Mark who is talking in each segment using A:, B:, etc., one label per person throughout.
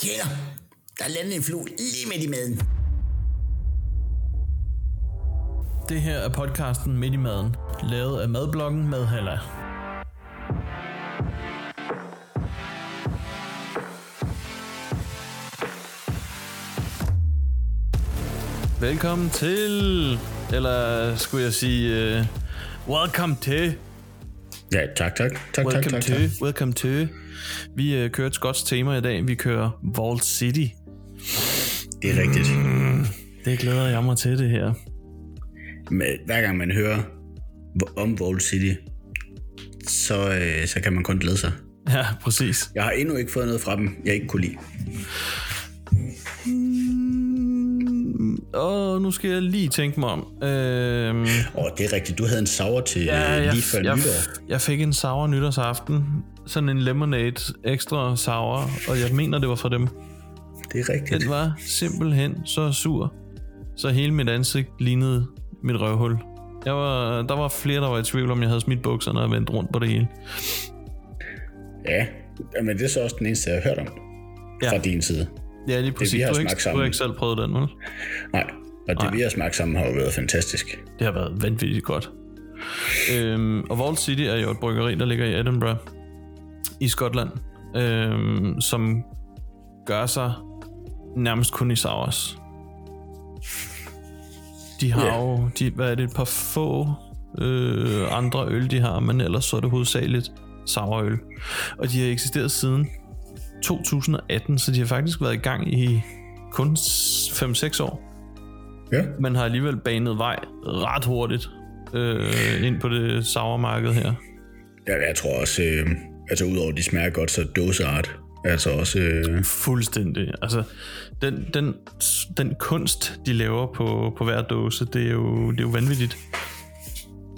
A: Tjener, der landede en flue lige midt i maden.
B: Det her er podcasten Midt i Maden, lavet af Madbloggen med Halla. Velkommen til, eller skulle jeg sige, øh, welcome til,
C: Ja, tak, tak. Tak, tak,
B: welcome
C: tak,
B: to,
C: tak.
B: welcome to. Vi øh, kører et skotsk tema i dag, vi kører Vault City.
C: Det er rigtigt.
B: Det glæder jeg mig til det her.
C: Men hver gang man hører om Vault City, så, øh, så kan man kun glæde sig.
B: Ja, præcis.
C: Jeg har endnu ikke fået noget fra dem, jeg ikke kunne lide. Mm.
B: Og nu skal jeg lige tænke mig om. Øhm,
C: Åh, det er rigtigt. Du havde en sauer til ja,
B: jeg,
C: Øh, lige før
B: jeg,
C: nytår.
B: jeg fik en sour nytårsaften. Sådan en lemonade ekstra sour, og jeg mener, det var fra dem.
C: Det er rigtigt.
B: Den var simpelthen så sur, så hele mit ansigt lignede mit røvhul. Jeg var, der var flere, der var i tvivl om, jeg havde smidt bukserne og vendt rundt på det hele.
C: Ja, men det er så også den eneste, jeg har hørt om
B: Ja.
C: ja. fra din side.
B: Ja, lige præcis.
C: har
B: du, har
C: smagt
B: ikke, du har
C: sammen.
B: ikke selv prøvet den, vel?
C: Nej, og det
B: Nej.
C: vi har smagt sammen har jo været fantastisk.
B: Det har været vanvittigt godt. Øhm, og Vault City er jo et bryggeri, der ligger i Edinburgh i Skotland, øhm, som gør sig nærmest kun i sours. De har
C: Ja.
B: jo, de, hvad er det, et par få øh, andre øl, de har, men ellers så er det hovedsageligt sourøl. Og de har eksisteret siden 2018, så de har faktisk været i gang i kun 5-6 år
C: Ja,
B: man har alligevel banet vej ret hurtigt øh, ind på det sauermarked her.
C: jeg, jeg tror også, øh, altså udover at de smager godt, så dåseart. Altså også, øh,
B: Fuldstændig. Altså, den, den, den kunst, de laver på, på hver dåse, det er, jo, det er jo vanvittigt.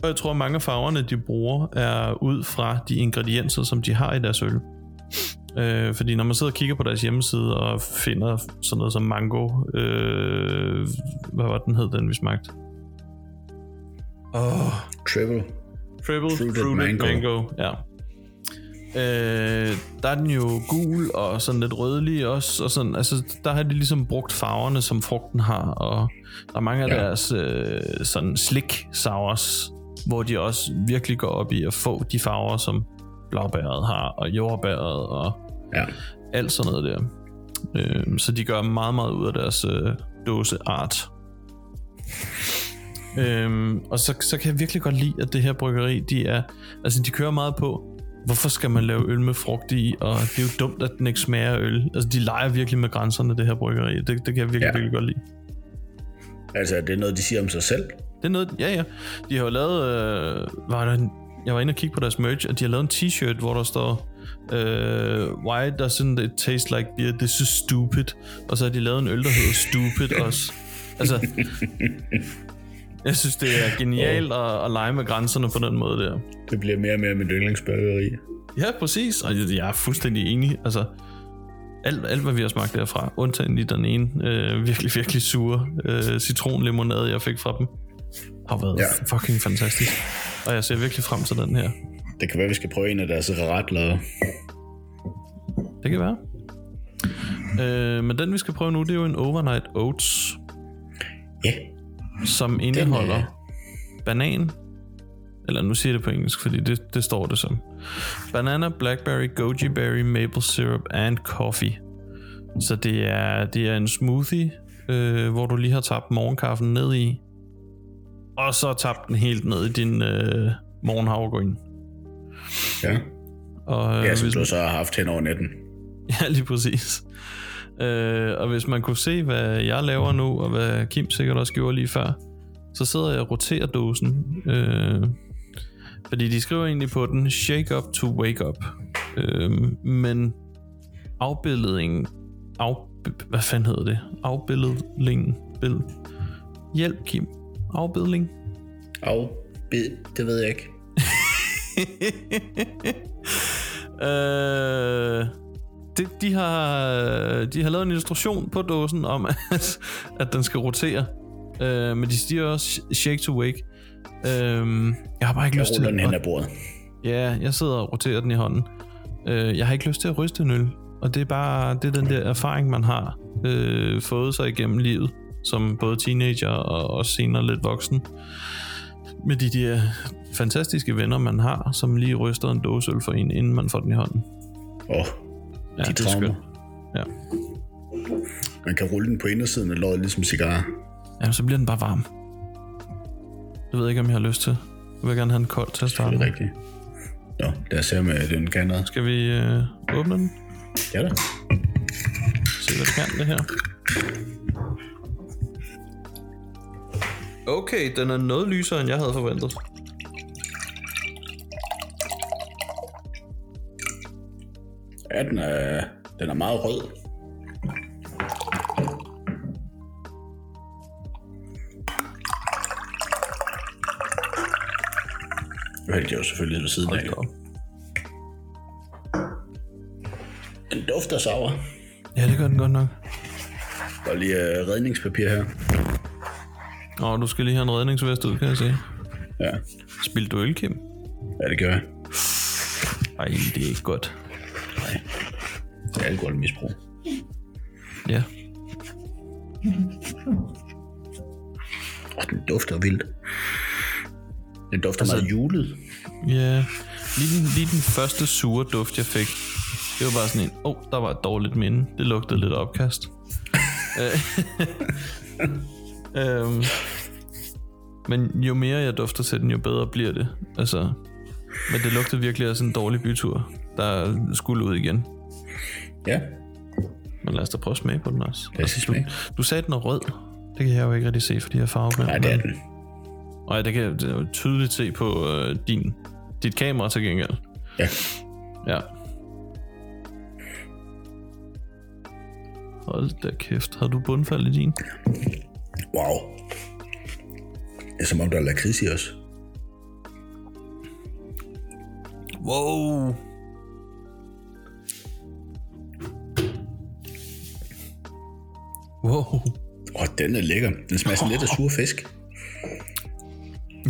B: Og jeg tror, mange af farverne, de bruger, er ud fra de ingredienser, som de har i deres øl. Øh, fordi når man sidder og kigger på deres hjemmeside og finder sådan noget som mango, øh, hvad var den hed, den vi smagte? Åh, oh,
C: treble.
B: Triple Fruited,
C: Fruited
B: fruited mango.
C: mango.
B: mango. Ja. Øh, der er den jo gul og sådan lidt rødlig også, og sådan, altså, der har de ligesom brugt farverne, som frugten har, og der er mange af ja.
C: Ja.
B: deres øh, sådan slik sours, hvor de også virkelig går op i at få de farver, som blåbæret har, og jordbæret, og
C: Ja.
B: alt sådan noget der. Øh, så de gør meget, meget ud af deres øh, dåseart. Øhm, og så, så kan jeg virkelig godt lide, at det her bryggeri, de er, altså de kører meget på, hvorfor skal man lave øl med frugt i, og det er jo dumt, at den ikke smager af øl. Altså de leger virkelig med grænserne, det her bryggeri. Det, det kan jeg virkelig, ja.
C: Ja.
B: virkelig godt lide.
C: Altså, er det noget, de siger om sig selv?
B: Det er noget, ja ja. De har jo lavet, øh, var der en, jeg var inde og kigge på deres merch, og de har lavet en t-shirt, hvor der står, øh, why doesn't it taste like beer, this is stupid. Og så har de lavet en øl, der hedder stupid også. Altså, jeg synes, det er genialt at, at lege med grænserne på den måde der.
C: Det bliver mere og mere mit yndlingsbørgeri.
B: Ja, præcis. Og jeg, jeg er fuldstændig enig. Altså, alt, alt hvad vi har smagt derfra, undtagen lige den ene øh, virkelig, virkelig sure øh, citronlimonade, jeg fik fra dem, har været ja.
C: Ja.
B: fucking fantastisk. Og jeg ser virkelig frem til den her.
C: Det kan være, vi skal prøve en af deres retler.
B: Det kan være. Øh, men den, vi skal prøve nu, det er jo en Overnight Oats,
C: Ja,
B: som indeholder den, banan, eller nu siger jeg det på engelsk, fordi det, det står det som. Banana, blackberry, goji berry, maple syrup and coffee. Så det er, det er en smoothie, øh, hvor du lige har tabt morgenkaffen ned i, og så tabt den helt ned i din øh, morgenhavregryn.
C: ja.
B: Og, øh,
C: ja som
B: hvis-
C: du så har haft hen over natten.
B: Ja, lige præcis. Øh, og hvis man kunne se, hvad jeg laver nu, og hvad Kim sikkert også gjorde lige før, så sidder jeg og roterer dåsen. Øh, fordi de skriver egentlig på den, shake up to wake up. Øh, men afbildningen, af, hvad fanden hedder det? Afbildningen, bill. Hjælp Kim. Afbildning.
C: Au, bid, det ved jeg ikke.
B: øh, det, de, har, de har lavet en illustration på dåsen om, at, at den skal rotere. Øh, men de siger også shake to wake. Øh, jeg har bare ikke
C: Jeg
B: lyst til
C: ruller den hen
B: at,
C: ad bordet.
B: Ja, jeg sidder og roterer den i hånden. Øh, jeg har ikke lyst til at ryste en øl. Og det er bare det er den der erfaring, man har øh, fået sig igennem livet, som både teenager og også senere lidt voksen. Med de der fantastiske venner, man har, som lige ryster en dåse øl for en, inden man får den i hånden.
C: Åh, oh,
B: Ja,
C: de
B: det er
C: traumer.
B: skønt. Ja.
C: Man kan rulle den på indersiden af låret, ligesom cigarer.
B: Jamen, så bliver den bare varm. Det ved jeg ikke, om jeg har lyst til. Jeg vil gerne have den kold til at
C: Det
B: starte.
C: er
B: med.
C: rigtigt. Nå, lad os se, om øh, den kan noget.
B: Skal vi øh, åbne den?
C: Ja da.
B: Se, hvad det kan, det her. Okay, den er noget lysere, end jeg havde forventet.
C: Ja, den er, den er meget rød. Nu hældte jeg jo selvfølgelig ved siden af.
B: Hold da op.
C: Den dufter sauer.
B: Ja, det gør den godt nok.
C: Der er lige øh, redningspapir her.
B: Nå, du skal lige have en redningsvest ud, kan jeg se.
C: Ja,
B: Spil du øl, Kim?
C: ja det gør jeg.
B: Ej, det er ikke godt.
C: Det er alkoholmisbrug.
B: Ja.
C: Og den dufter vildt. Den dufter altså, meget julet.
B: Ja. Lige den, lige den første sure duft, jeg fik, det var bare sådan en, åh, oh, der var et dårligt minde. Det lugtede lidt af opkast. Øh, øhm, men jo mere jeg dufter til den, jo bedre bliver det. Altså, men det lugtede virkelig af sådan en dårlig bytur, der skulle ud igen.
C: Ja,
B: Men lad os da prøve at smage på den også.
C: lad os lige smage.
B: Du sagde, den er rød. Det kan jeg jo ikke rigtig se, fordi jeg er farveblind.
C: Nej, det er den.
B: Og ja, det kan jeg det er jo tydeligt se på øh, din, dit kamera til gengæld.
C: Ja,
B: Ja. Hold da kæft. Har du bundfald i din?
C: wow. Det er som om, der er lakrids i os.
B: Wow. Wow.
C: Åh, oh, den er lækker. Den smager sådan lidt af sur fisk.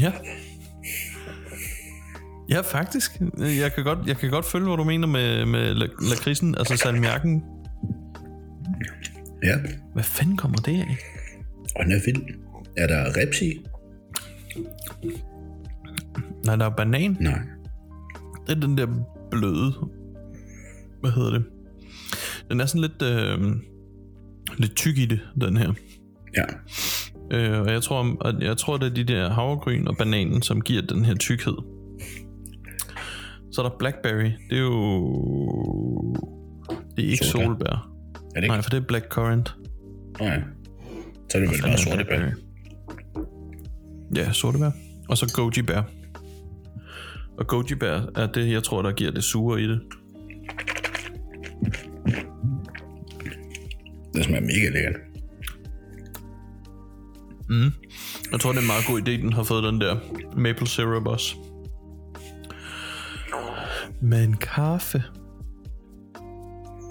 B: Ja. Ja, faktisk. Jeg kan godt, jeg kan godt følge, hvad du mener med, med la- lakridsen, altså salmiakken.
C: Ja,
B: Hvad fanden kommer det af?
C: og den er vild. Er der reps i?
B: Nej, der er banan.
C: Nej.
B: Det er den der bløde... Hvad hedder det? Den er sådan lidt... Øh, lidt tyk i det, den her.
C: Ja,
B: Øh, og jeg tror, at jeg tror, det er de der havregryn og bananen, som giver den her tykkhed. Så er der blackberry. Det er jo... Det er ikke
C: Solbær.
B: solbær.
C: er det ikke?
B: Nej, for det er blackcurrant.
C: Oh, ja. Så er det vel bare sorte bær.
B: øh, Ja, sortebær. Og så goji bær. Og goji bær er det, jeg tror, der giver det sure i det.
C: Det smager mega lækkert.
B: Jeg tror, det er en meget god idé, den har fået den der maple syrup også. Men kaffe...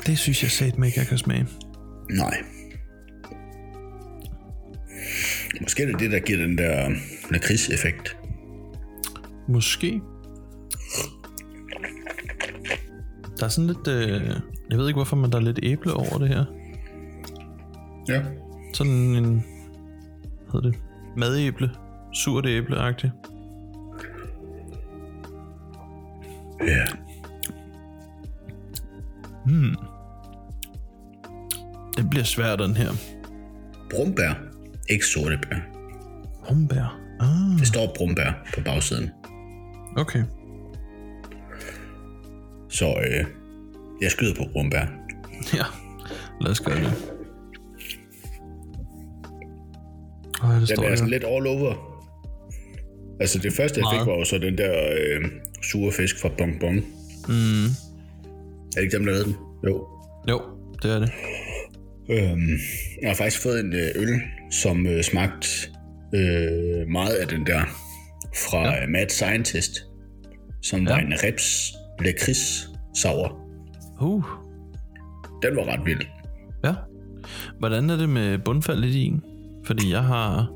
B: Det synes jeg satme ikke, jeg kan smage.
C: Nej. Måske er det det, der giver den der lakrids-effekt.
B: Måske. Der er sådan lidt... Øh, jeg ved ikke, hvorfor man der er lidt æble over det her.
C: Ja.
B: Sådan en... Hvad hedder det? Madæble. Surt æble-agtigt.
C: Ja.
B: Den bliver svær, den her.
C: Brumbær, ikke sorte bær.
B: Humbær. Ah,
C: Det står brumbær på bagsiden.
B: okay.
C: Så øh, jeg skyder på brumbær.
B: Ja, lad os gøre det. Ej, det
C: Den
B: står
C: er sådan
B: jeg.
C: lidt all over. Altså det første, jeg fik,
B: Meget.
C: var jo så den der øh, sure fisk fra Bong Bong.
B: Mm,
C: Er det ikke dem, der lavede den? Jo.
B: jo, det er det.
C: Øhm, jeg har faktisk fået en øh, øl, som øh, smagte øh, meget af den der fra ja. Mad Scientist, som ja. var en reps lakrids sauer.
B: Uh,
C: Den var ret vild.
B: ja. Hvordan er det med bundfald i din? Fordi jeg har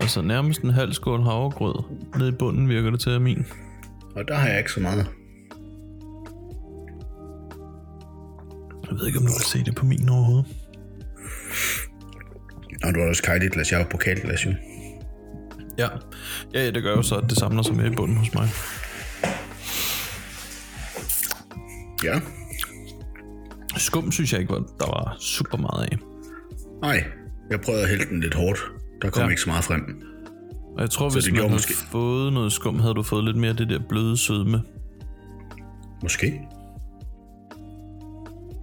B: altså nærmest en halv skål havregrød. Nede i bunden virker det til at min.
C: Og der har jeg ikke så meget.
B: Jeg ved ikke, om du kan se det på min overhovedet.
C: Og du har også kajteglas, jeg har pokalglas jo.
B: Ja. ja, ja, det gør jo så, at det samler sig med i bunden hos mig.
C: Ja.
B: Skum synes jeg ikke, var- der var super meget af.
C: Nej, jeg prøvede at hælde den lidt hårdt. Der kom
B: Ja.
C: ja. ikke så meget frem.
B: Og jeg tror, hvis
C: det
B: man
C: gjorde
B: havde måske...
C: måske-
B: fået noget skum, havde du fået lidt mere af det der bløde sødme.
C: Måske.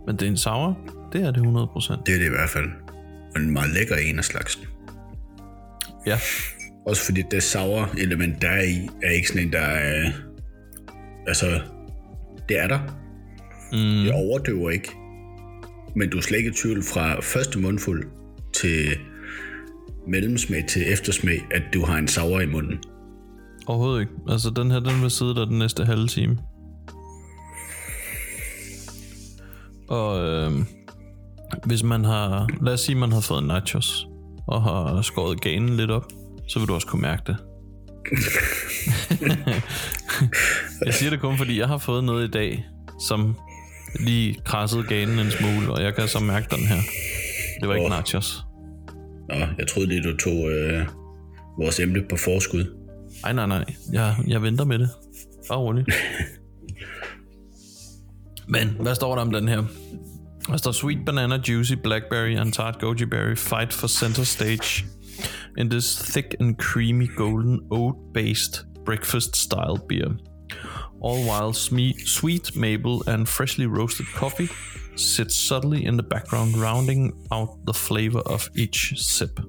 B: Men det er en sour. Det er det 100%.
C: Det er det i hvert fald. Og en meget lækker en af slagsen.
B: Ja.
C: Også fordi det sour element, der er i, er ikke sådan en, der er... Altså, det er der. Mm. Det overdøver ikke. Men du er slet ikke i tvivl fra første mundfuld til mellemsmag til eftersmag, at du har en sour i munden.
B: Overhovedet ikke. Altså, den her, den vil sidde der den næste halve time. Og øh, hvis man har... Lad os sige, man har fået nachos, og har skåret ganen lidt op, så vil du også kunne mærke det. jeg siger det kun, fordi jeg har fået noget i dag, som lige krassede ganen en smule, og jeg kan så mærke den her. Det var ikke
C: Åh.
B: nachos.
C: Nå, jeg troede lige, du tog øh, vores emne på forskud.
B: Ej, nej, nej. Jeg, jeg venter med det. Bare rolig. Men, hvad står der om den her? Der står Sweet Banana Juicy Blackberry and Tart Goji Berry fight for center stage in this thick and creamy golden oat-based breakfast-style beer. All while sme- sweet maple and freshly roasted coffee sit subtly in the background, rounding out the flavor of each sip.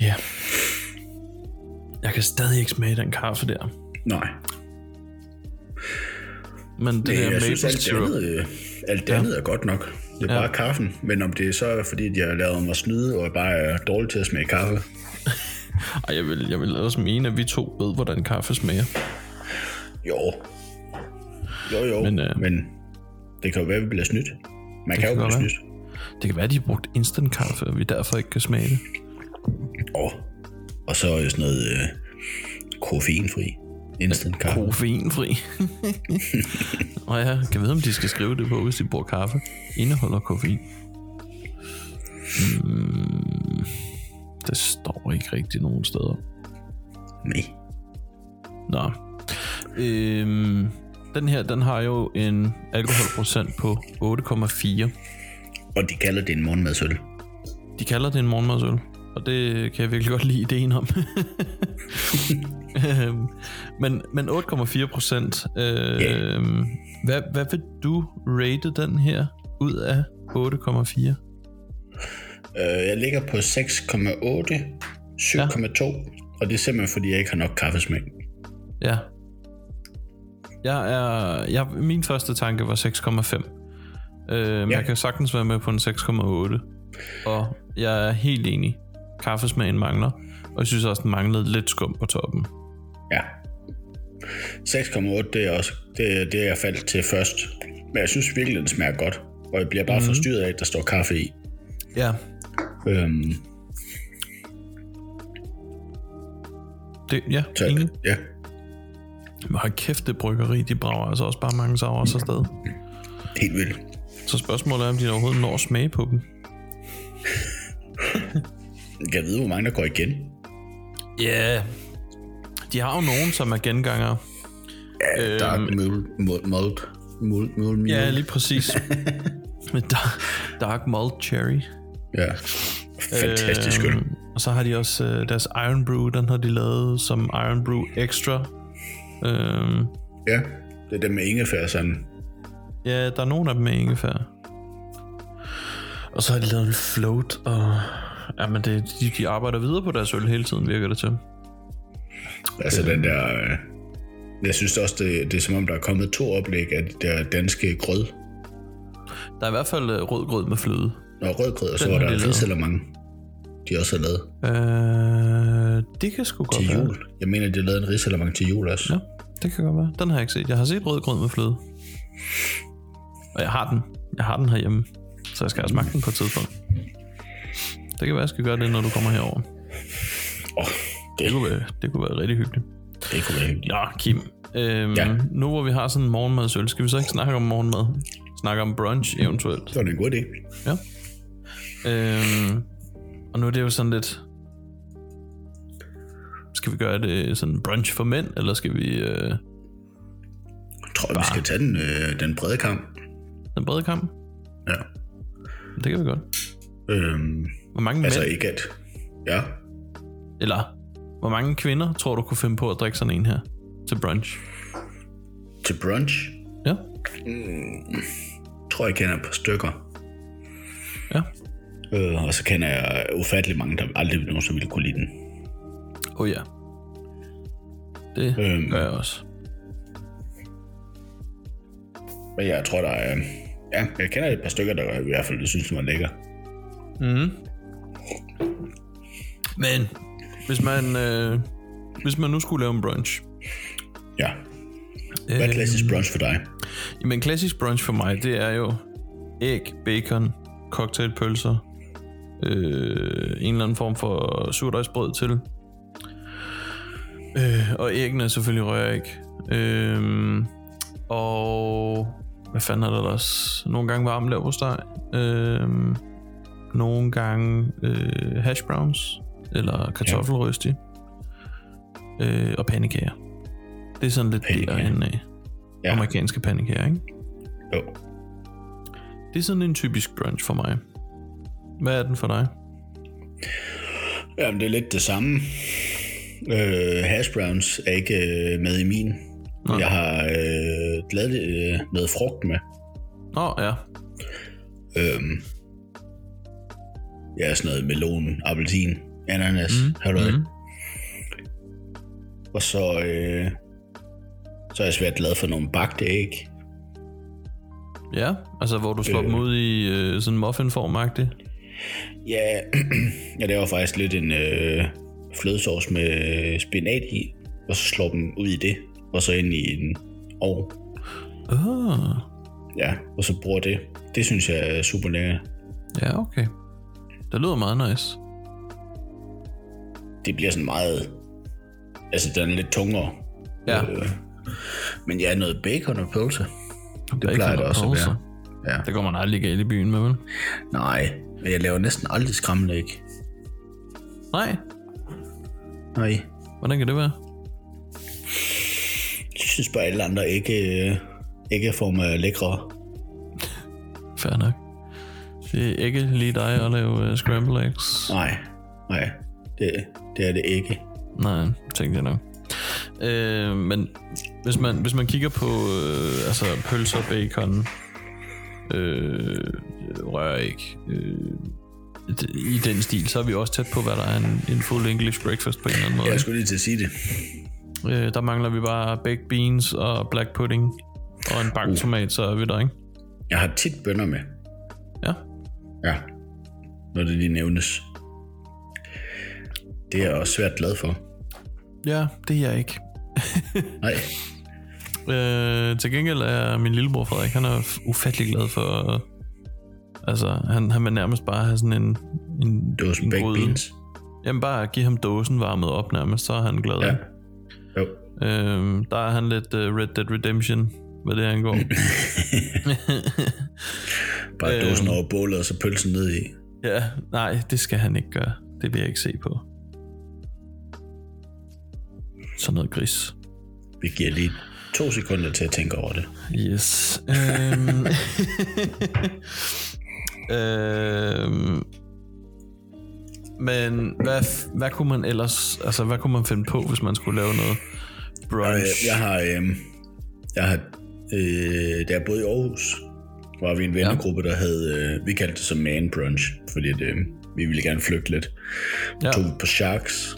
B: Ja. Yeah. Jeg kan stadig ikke smage den kaffe der.
C: Nej,
B: Men det
C: det
B: der
C: jeg
B: maple
C: synes, alt det
B: syrup,
C: andet, øh, alt det
B: Ja.
C: andet er godt nok. Det er
B: Ja.
C: ja. bare kaffen. Men om det så er, fordi de har lavet mig snyde, og jeg bare er dårlig til at smage kaffe.
B: Ej, jeg vil, jeg vil ellers mene, at vi to ved, hvordan kaffe smager.
C: Jo. Jo, jo.
B: Men,
C: Men,
B: øh,
C: øh, men det kan jo være, at vi bliver snydt. Man kan,
B: kan
C: jo blive
B: godt være.
C: snydt.
B: Det kan være, at de har brugt instant kaffe, og vi derfor ikke kan smage det.
C: Og, og så er jo sådan noget øh, koffeinfri instant kaffe.
B: Koffeinfri. og jeg kan vide, om de skal skrive det på, hvis de bruger kaffe. Indeholder koffein. Hmm, det står ikke rigtigt nogen steder.
C: Nej.
B: Nå. Øhm, den her, den har jo en alkoholprocent på 8,4.
C: Og de kalder det en morgenmadsøl.
B: De kalder det en morgenmadsøl, og det kan jeg virkelig godt lide ideen om. Øhm, men men 8,4 procent. Øh,
C: Ja.
B: hvad, hvad vil du rate den her ud af 8,4?
C: Øh, jeg ligger på 6,8, 7,2. Og det er simpelthen, fordi jeg ikke har nok kaffesmag.
B: Ja. Jeg er, jeg, min første tanke var 6,5. Øh, men
C: Ja.
B: Jeg kan sagtens være med på en 6,8. Og jeg er helt enig. Kaffesmagen mangler. Og jeg synes også, den manglede lidt skum på toppen.
C: Ja. 6,8, det er også det, er det, jeg faldt til først. Men jeg synes virkelig, den smager godt. Og jeg bliver
B: Mhm.
C: bare mm. forstyrret af, at der står kaffe i.
B: Ja,
C: Øhm,
B: det, ja,
C: så,
B: enig.
C: ja.
B: Men hold kæft, det bryggeri, de brager altså også bare mange sauer så sted.
C: Helt vildt.
B: Så spørgsmålet er, om de overhovedet når at smage på dem.
C: Jeg ved, hvor mange der går igen.
B: Ja. Yeah. De har jo nogen, som er gengangere.
C: Øhm, Dark Mule, Mule, Mule, Mule, Mule, Mule.
B: Ja, lige præcis. Med dark, dark Malt Cherry.
C: ja. Fantastisk øl.
B: Øhm, Og så har de også øh, deres Iron Brew, den har de lavet som Iron Brew Extra. Øhm,
C: Ja, det er det med ingefær sådan.
B: ja, der er nogen af dem med ingefær. Og så har de lavet en float, og... Ja, men det, de, de arbejder videre på deres øl hele tiden, virker det til.
C: Altså den der... Øh, jeg synes også, det, det er som om, der er kommet to oplæg af det der danske grød.
B: Der er i hvert fald øh, rød grød med fløde.
C: Nå, rødgrød, og så
B: Den
C: var
B: har
C: der
B: de lavet.
C: ridsalermange. De også har lavet
B: Øh, det kan sgu
C: til
B: godt være.
C: jul. Jeg mener, de har lavet en ridsalermange til jul også.
B: Ja, det kan godt være. Den har jeg ikke set. Jeg har set rødgrød med fløde. Og jeg har den. Jeg har den herhjemme. Så jeg skal have smagt den på et tidspunkt. Det kan være, jeg skal gøre det, når du kommer herover.
C: Oh, det,
B: Det kunne være, det kunne være rigtig hyggeligt.
C: det kunne være hyggeligt.
B: Ja, Kim. Øhm, ja.
C: Ja.
B: Nu hvor vi har sådan en morgenmadsøl, skal vi så ikke snakke om morgenmad? Snakke om brunch eventuelt.
C: Det var da en god idé.
B: Ja. Øhm, og nu er det jo sådan lidt... Skal vi gøre det sådan brunch for mænd, eller skal vi... Øh,
C: Jeg tror, vi skal tage den, øh, den brede kamp.
B: den brede kamp?
C: Ja.
B: Det kan vi godt.
C: Øhm,
B: Hvor mange
C: altså
B: mænd,
C: ikke at... Ja.
B: eller hvor mange kvinder tror du kunne finde på at drikke sådan en her til brunch?
C: Til brunch
B: Ja,
C: tror jeg, jeg kender et par stykker.
B: ja.
C: Øh, og så kender jeg ufattelig mange, der aldrig vil nogen, som ville kunne lide den.
B: Åh oh, ja. Det
C: Øhm.
B: øhm. gør jeg også.
C: Men jeg tror, der er... Ja, jeg kender et par stykker, der i hvert fald synes, den var lækker.
B: Mhm. Men hvis man, øh, hvis man nu skulle lave en brunch. øh,
C: Ja. Hvad
B: Øhm.
C: er klassisk brunch for dig?
B: Jamen klassisk brunch for mig, det er jo æg, bacon, cocktailpølser, øh, en eller anden form for surdejsbrød til. Øh, og æggene er selvfølgelig røræg. Øh, og hvad fanden er der ellers? Nogle gange varm lav på steg. Øh, nogle gange øh, hash browns, eller kartoffelrysti. Øh, og pandekager. Det er sådan lidt
C: Pandekager.
B: derhen af.
C: Ja.
B: Ja. Amerikanske pandekager, ikke?
C: Jo.
B: Det er sådan en typisk brunch for mig. Hvad er den for dig?
C: Jamen, det er lidt det samme. Øh, hash browns er ikke øh, med i min. Nej. Jeg har øh, glad øh, med frugt med.
B: Nå, ja.
C: Øhm, ja, sådan noget melon, appelsin, ananas, mm. har du mm. Og så, øh, så er jeg svært glad for nogle bagte æg.
B: Ja, altså hvor du slår øh. dem ud i øh, sådan en muffinform -agtig.
C: Ja, jeg laver faktisk lidt en øh, flødesauce med øh, spinat i, og så slår dem ud i det, og så ind i en ovn.
B: Ah,
C: Ja, og så bruger det. Det synes jeg er super lækkert.
B: ja, okay. Det lyder meget nice.
C: Det bliver sådan meget... Altså, den er lidt tungere.
B: Ja,
C: Øh, men ja, noget bacon og pølse. Det
B: Bacon
C: plejer det
B: og
C: også at
B: pølser.
C: være. Ja.
B: det går man aldrig galt i byen med, vel?
C: Nej, men jeg laver næsten aldrig skrammelæg.
B: Nej,
C: Nej.
B: hvordan kan det være?
C: Jeg synes bare, alle andre ikke, øh, ikke får mig lækre.
B: Fair nok. Det er ikke lige dig at lave uh, scramble eggs.
C: Nej, nej. Det, det er det ikke.
B: Nej, tænkte jeg nok. Øh, men hvis man, hvis man kigger på øh, altså pølser, bacon, øh, røræg, øh, d- i den stil, så er vi også tæt på, hvad der er en, en full English breakfast på en eller anden måde.
C: Jeg skulle lige til at sige det.
B: ikke? Øh, der mangler vi bare baked beans og black pudding og en bagt tomat, så er vi der, ikke?
C: Jeg har tit bønner med.
B: Ja,
C: Ja. Når det lige nævnes. Det er jeg også svært glad for.
B: ja det er jeg ikke.
C: Nej.
B: Øh, til gengæld er min lillebror Frederik, han er f- ufattelig glad for... Øh, altså, han, han vil nærmest bare have sådan en... en
C: Det var som
B: en
C: baked
B: gryde.
C: beans.
B: Jamen bare give ham dåsen varmet op nærmest, så er han glad.
C: Ja. Jo.
B: Øhm, der er han lidt øh, Red Dead Redemption, hvad det angår.
C: Bare øh. dåsen over bålet, og så pølsen ned i.
B: ja, nej, det skal han ikke gøre. Det vil jeg ikke se på. Sådan noget gris.
C: Vi giver lige to sekunder til at tænke over det.
B: Yes. Øhm. øhm. Men hvad, f- hvad kunne man ellers, altså hvad kunne man finde på, hvis man skulle lave noget
C: Øh,
B: brunch?
C: Jeg har, øh, jeg har, øh, da jeg boede i Aarhus, var vi en vennegruppe, der havde, øh, vi kaldte det så man brunch, fordi at, øh, vi ville gerne flygte lidt.
B: Ja.
C: Ja. Tog vi på Sharks,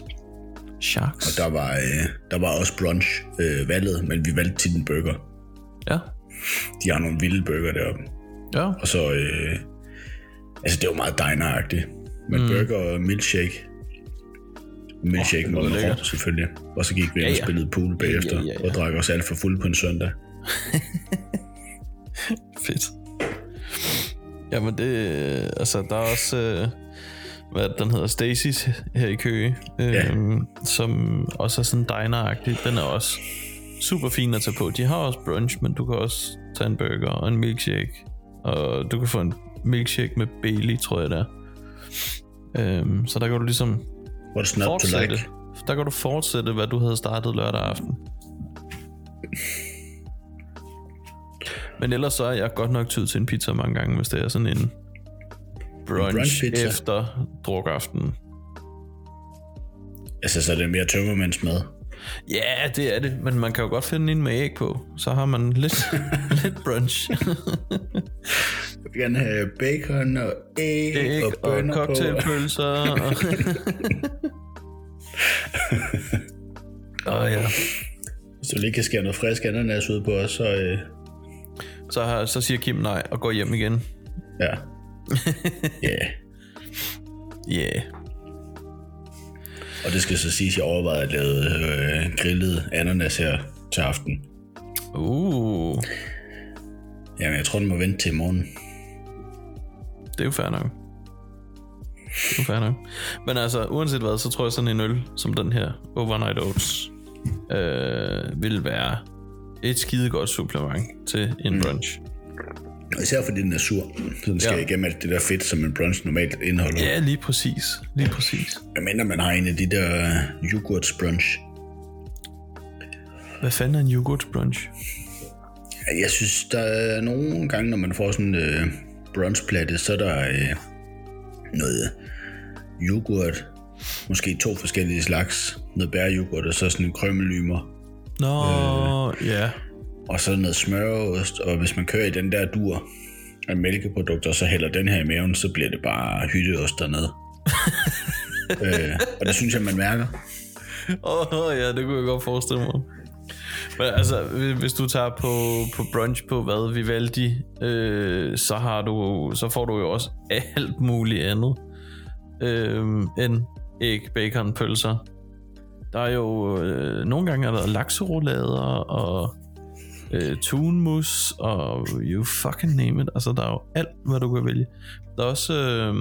B: Sharks.
C: der var, øh, der var også brunch øh, valget, men vi valgte tit en burger.
B: Ja.
C: De har nogle vilde burger deroppe.
B: Ja.
C: Og så, øh, altså det var meget diner men mm. burger og milkshake. Milkshake oh,
B: lyder
C: med rom,
B: lækkert.
C: selvfølgelig. Og så gik vi ind og
B: ja.
C: spillede pool bagefter,
B: ja,
C: og
B: ja.
C: drak os alt for fuld på en søndag.
B: Fedt. Jamen det, øh, altså der er også, øh, hvad er det, den hedder, Stacy's her i Køge, øh,
C: Ja.
B: som også er sådan diner Den er også super fin at tage på. De har også brunch, men du kan også tage en burger og en milkshake Og du kan få en milkshake med Bailey, tror jeg det er. Øhm, så der kan du ligesom
C: What's not to
B: fortsætte.
C: like?
B: Der kan du fortsætte, hvad du havde startet lørdag aften. Men ellers så er jeg godt nok tid til en pizza mange gange, hvis det er sådan en brunch, brunch
C: brunchpizza.
B: efter drukaften.
C: Altså, så er det mere tømmermandsmad.
B: Ja, det er det, men man kan jo godt finde en med æg på. Så har man lidt, lidt brunch.
C: Jeg vil gerne have bacon og æg,
B: æg
C: og
B: og,
C: bønner på.
B: cocktailpølser. og... og ja.
C: Hvis du lige kan skære noget frisk ananas ud på os, så... Øh,
B: Så, har, så siger Kim nej og går hjem igen.
C: ja. Ja. yeah.
B: Ja. Yeah.
C: Og det skal så siges, at jeg overvejede at lave øh, grillet ananas her til aften.
B: Uh,
C: Jamen, jeg tror, den må vente til i morgen.
B: det er jo fair nok. Det er jo fair nok. Men altså, uanset hvad, så tror jeg sådan en øl som den her, Overnight Oats, øh, vil være et skidegodt supplement til en brunch.
C: Og Især fordi den er sur. Så den skal
B: Ja.
C: ja. igennem alt det der fedt, som en brunch normalt indeholder.
B: Ja, lige præcis. Lige præcis.
C: Hvad mindre man har en af de der øh, yoghurtsbrunch.
B: Hvad fanden er en yoghurt brunch?
C: Ja, Jeg synes, der er nogle gange, når man får sådan en øh, brunchplatte, så er der øh, noget yoghurt. Måske to forskellige slags. Noget bæryoghurt og så sådan en krømmelymer.
B: Nå, øh. ja.
C: og så noget smørost, og hvis man kører i den der dur af mælkeprodukter, så hælder den her i maven, så bliver det bare hytteost dernede. øh, og det synes jeg, man mærker.
B: Åh oh, ja, det kunne jeg godt forestille mig. Men altså, hvis- hvis du tager på, på brunch på hvad Vivaldi, øh, så, har du, så får du jo også alt muligt andet øh, end æg, bacon, pølser. Der er jo øh, nogle gange har der været lakserolader og øh, tunmus og you fucking name it. Altså, der er jo alt, hvad du kan vælge. Der er også, øh,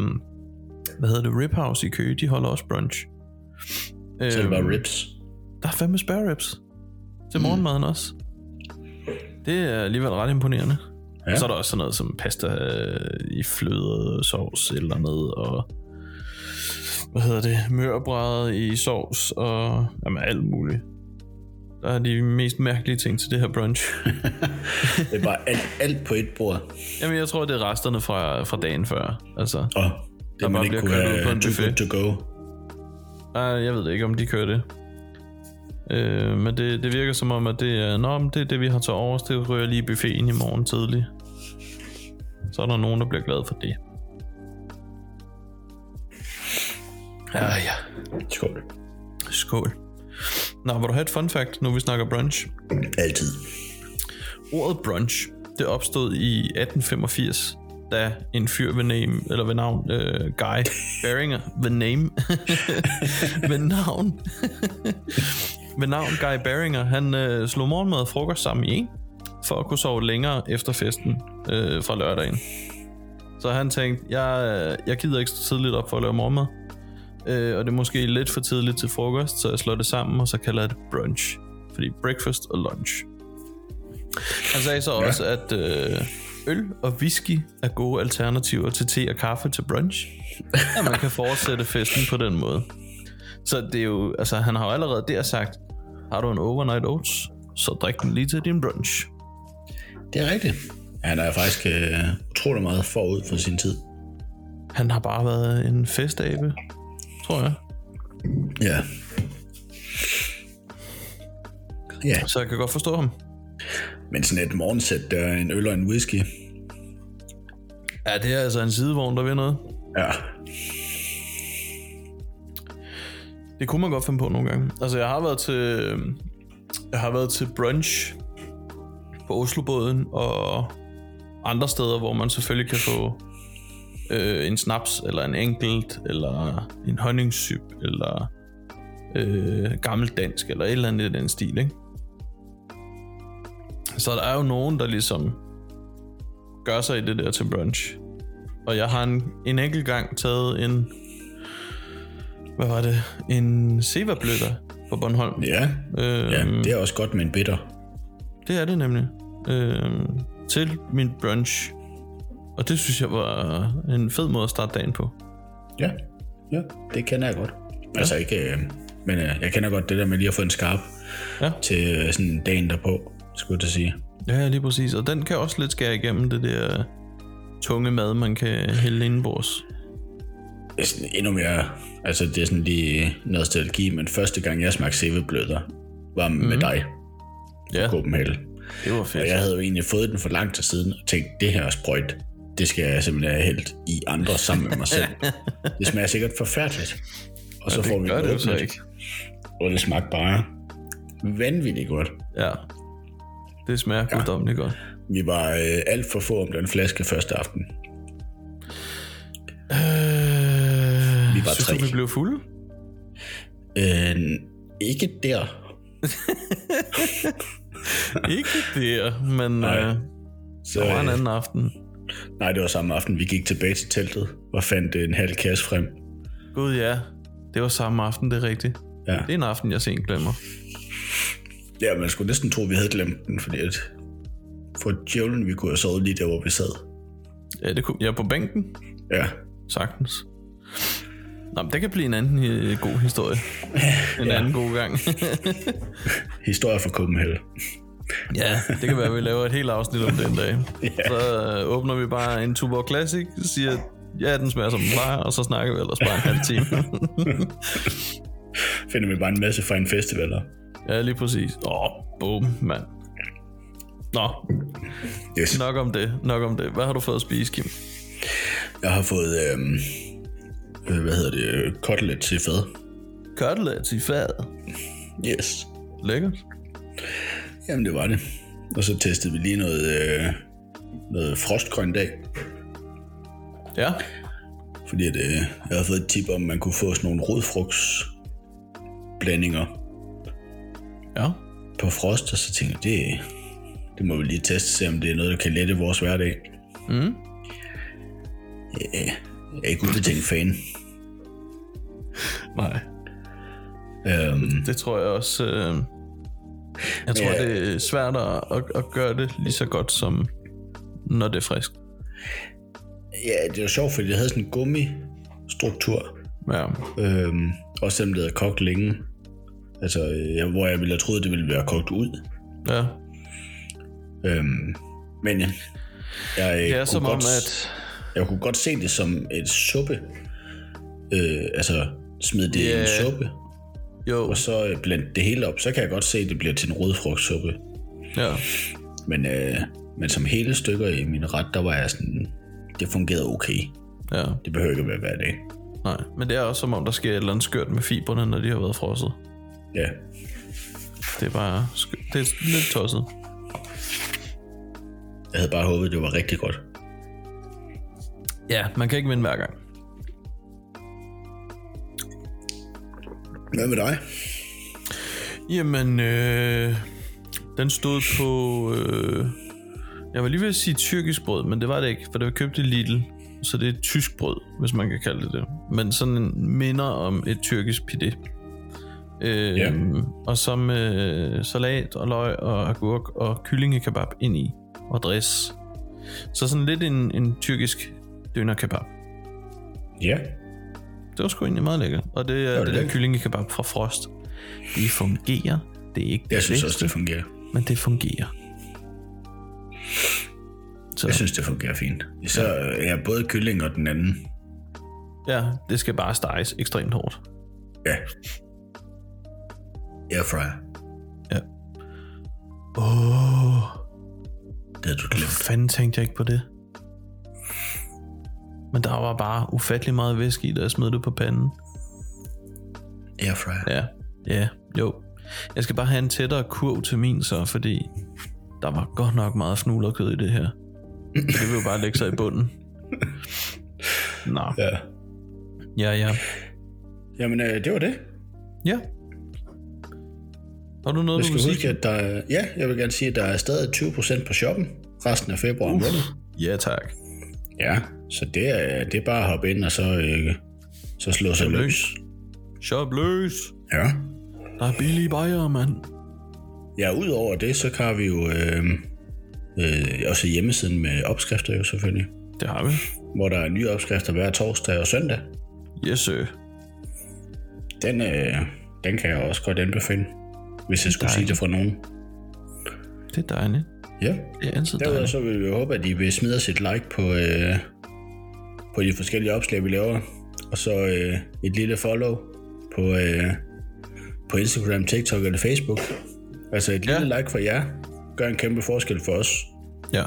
B: hvad hedder det, Rip House i Køge, de holder også brunch.
C: Så er det
B: Øhm,
C: bare rips.
B: der er fandme spare ribs. Til morgenmaden også. Det er alligevel ret imponerende. Ja.
C: Ja.
B: Og så er der også sådan noget som pasta øh, i fløde sovs eller noget, og hvad hedder det, mørbræd i sovs, og jamen, alt muligt. Der er de mest mærkelige ting til det her brunch.
C: Det er bare alt, alt på et bord.
B: jamen, jeg tror, det er resterne fra, fra dagen før. Altså,
C: Og
B: Der
C: det, man
B: bare
C: ikke
B: bliver
C: kunne
B: kørt ud på
C: have
B: en
C: too good
B: buffet.
C: to go.
B: Nej, jeg ved det ikke, om de kører det. Øh, men det, det virker som om, at det er, Nå, men det, er det, vi har til overs, det ryger lige i buffeten i morgen tidlig. Så er der nogen, der bliver glad for det. Ja, Ah, ja.
C: Skål.
B: Skål. Nå, vil du have et fun fact, nu vi snakker brunch?
C: Altid.
B: Ordet brunch, det opstod i 1885, da en fyr ved, name, eller ved navn øh, Guy Beringer, ved name, ved navn, ved navn Guy Beringer, han øh, slog morgenmad og frokost sammen i en, for at kunne sove længere efter festen øh, fra lørdagen. Så han tænkte, jeg, øh, jeg gider ikke stå tidligt op for at lave morgenmad, øh, og det er måske lidt for tidligt til frokost, så jeg slår det sammen, og så kalder jeg det brunch. Fordi breakfast og lunch. Han sagde så ja. også, at øh, øl og whisky er gode alternativer til te og kaffe til brunch. At man kan fortsætte festen på den måde. Så det er jo, altså han har jo allerede der sagt, har du en overnight oats, så drik den lige til din brunch.
C: Det er rigtigt. Han er faktisk øh, utrolig meget forud for sin tid.
B: Han har bare været en festabe, tror jeg.
C: Ja. Ja,
B: Så jeg kan godt forstå ham.
C: men sådan et morgensæt, der er en øl og en whisky.
B: Ja, det er altså en sidevogn, der vil noget.
C: Ja.
B: Det kunne man godt finde på nogle gange. Altså, jeg har været til, øh, jeg har været til brunch på Oslobåden og andre steder, hvor man selvfølgelig kan få øh, en snaps, eller en enkelt, eller en honningsyp, eller øh, gammeldansk, eller et eller andet i den stil, ikke? Så der er jo nogen, der ligesom gør sig i det der til brunch. Og jeg har en, en enkelt gang taget en hvad var det, en Seva-bløtter på Bornholm.
C: Ja.
B: Øhm,
C: ja, det er også godt med en bitter.
B: det er det nemlig. Øhm, til min brunch. Og det synes jeg var en fed måde at starte dagen på.
C: Ja, ja, det kender jeg godt. Ja. Altså ikke, øh, men øh, jeg kender godt det der med lige at få en skarp
B: Ja.
C: til øh, sådan dagen derpå, skulle jeg til at sige.
B: Ja, lige præcis. Og den kan også lidt skære igennem det der tunge mad, man kan hælde indenbords.
C: Det er sådan endnu mere, altså det er sådan lige noget strategi, men første gang jeg smagte sæbebløder, var med
B: Mhm.
C: mm-hmm. dig,
B: Ja,
C: Copenhagen.
B: det var
C: Og
B: fedt.
C: jeg havde jo egentlig fået den for lang tid siden, og tænkt, det her er sprøjt. Det skal jeg simpelthen have hældt i andre sammen med mig selv. Det smager sikkert forfærdeligt. Og så ja, får vi
B: Det gør det jo så
C: åbnet,
B: ikke.
C: Og det smagte bare vanvittigt godt.
B: Ja. Det smager ja. guddommeligt godt.
C: Vi var øh, alt for få om den flaske første aften.
B: Øh,
C: Vi var
B: synes
C: tre.
B: du, vi blev fulde?
C: Øh, ikke der.
B: ikke der, men
C: Nej.
B: øh,
C: Så,
B: der var en
C: øh,
B: anden aften.
C: nej, det var samme aften. Vi gik tilbage til teltet og fandt øh, en halv kasse frem.
B: Gud ja, det var samme aften, det er rigtigt.
C: Ja.
B: Det er en aften, jeg sent glemmer.
C: Ja, man skulle næsten tro, vi havde glemt den, fordi at for djævlen, vi kunne have sovet lige der, hvor vi sad.
B: Ja, det kunne, jeg er på bænken,
C: Ja,
B: sagtens. Nå, men det kan blive en anden øh, god historie. En ja. anden god gang.
C: historie fra Copenhagen.
B: ja, det kan være, at vi laver et helt afsnit om det en dag. Så øh, åbner vi bare en Tuborg Classic, siger, ja, den smager som den plejer, og så snakker vi ellers bare en halv time.
C: Finder vi bare en masse fine festivaler.
B: ja, lige præcis. Åh, oh, bum, mand. Nå,
C: Yes.
B: nok om det, nok om det. Hvad har du fået at spise, Kim?
C: Jeg har fået, øhm, øh, hvad hedder det, øh, kotelet til fad.
B: Cutlets i fadet.
C: Yes.
B: Lækkert.
C: Jamen, det var det. Og så testede vi lige noget, øh, noget frostgrønt af,
B: Ja,
C: fordi at, øh, jeg havde fået et tip om, at man kunne få sådan nogle rodfrugtsblandinger
B: ja.
C: på frost, og så tænkte jeg, det, det må vi lige teste, se om det er noget, der kan lette vores hverdag.
B: Mm.
C: Ja, Øh, jeg er ikke ubetinget fan.
B: Nej,
C: Øhm,
B: Det tror jeg også. Øh, jeg tror,
C: Ja.
B: det er svært at, at, at gøre det lige så godt, som når det er frisk.
C: ja, det var sjovt, fordi det havde sådan en gummistruktur,
B: Ja,
C: øhm, også selvom det havde kogt længe. Altså, øh, jeg, hvor jeg ville have troet, det ville være kogt ud.
B: ja.
C: Øhm, men jeg, jeg, øh,
B: Det er
C: kunne
B: som om,
C: godt,
B: at
C: jeg kunne godt se det som et suppe. Øh, altså, smid det i
B: Ja.
C: en suppe,
B: jo,
C: og så øh, blend det hele op. Så kan jeg godt se, at det bliver til en rødfrugtsuppe.
B: ja,
C: Men, øh, men som hele stykker i min ret, der var jeg sådan, det fungerede okay.
B: ja,
C: Det behøver ikke at være hver dag.
B: nej. Men det er også som om, der sker et eller andet skørt med fiberne, når de har været frosset.
C: Ja,
B: Det er bare skørt. Det er lidt tosset.
C: jeg havde bare håbet, det var rigtig godt.
B: Ja, man kan ikke vinde hver gang.
C: Hvad med dig?
B: Jamen, øh, den stod på... Øh, jeg var lige ved at sige tyrkisk brød, men det var det ikke, for det var købt i Lidl. Så det er et tysk brød, hvis man kan kalde det det. Men sådan en minder om et tyrkisk pide. Øh,
C: Ja.
B: Og så med salat og løg og agurk og kyllingekebab ind i. Og dress. Så sådan lidt en, en tyrkisk dønerkebab.
C: Ja.
B: Det var sgu egentlig meget lækkert. Og det er
C: det
B: det, det der
C: lækkert.
B: kyllingekebab fra Frost. De fungerer. Det er ikke det
C: Jeg synes også,
B: bedste
C: det fungerer.
B: men det fungerer. Så
C: Jeg synes, det fungerer fint. Så øh, ja, både kylling og den anden.
B: ja, det skal bare steges ekstremt hårdt.
C: Ja. Airfryer.
B: Åh, oh,
C: Det havde du glemt.
B: fanden tænkte jeg ikke på det. Men der var bare ufattelig meget væske i, da jeg smed det på panden.
C: Airfryer.
B: Ja, ja, jo. Jeg skal bare have en tættere kurv til min så, fordi der var godt nok meget fnullerkød i det her. Så det vil jo bare lægge sig i bunden. Nå,
C: Ja.
B: ja, ja.
C: Jamen, øh, det var det.
B: Ja. Har du noget,
C: Jeg
B: du
C: skal
B: vil sige?
C: huske, at der er, ja, jeg vil gerne sige, at der er stadig 20% på shoppen resten af februar måned.
B: Ja, tak.
C: Ja, så det er, det er bare at hoppe ind og så, øh, så slå sig løs.
B: løs. Shop løs.
C: Ja.
B: Der er billige bajere, mand.
C: Ja, udover det, så har vi jo øh, øh, også hjemmesiden med opskrifter jo selvfølgelig.
B: Det har vi.
C: hvor der er nye opskrifter hver torsdag og søndag.
B: Yes, sir.
C: Den, øh, den kan jeg også godt anbefale, hvis jeg skulle sige det for nogen.
B: Det er dejligt.
C: Ja.
B: Det er altid
C: Derudover
B: dejligt.
C: så vil vi jo håbe, at I vil smide os et like på, øh, på de forskellige opslag, vi laver. Og så øh, et lille follow på, øh, på Instagram, TikTok eller Facebook. Altså et
B: Ja.
C: ja. lille like for jer gør en kæmpe forskel for os.
B: Ja,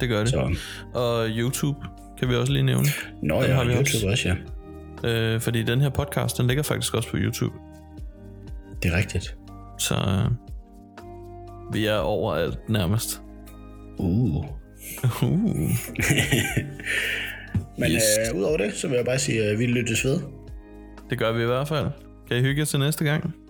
B: det gør det.
C: Så,
B: Og YouTube kan vi også lige nævne.
C: nå
B: Den
C: ja,
B: har
C: har
B: vi
C: vi YouTube også. ja.
B: Øh, fordi den her podcast, den ligger faktisk også på YouTube.
C: Det er rigtigt.
B: Så øh, vi er overalt nærmest.
C: Uh.
B: Uh.
C: Men
B: Yes.
C: øh, udover det, så vil jeg bare sige, at vi lyttes ved.
B: Det gør vi i hvert fald. Kan I hygge jer til næste gang?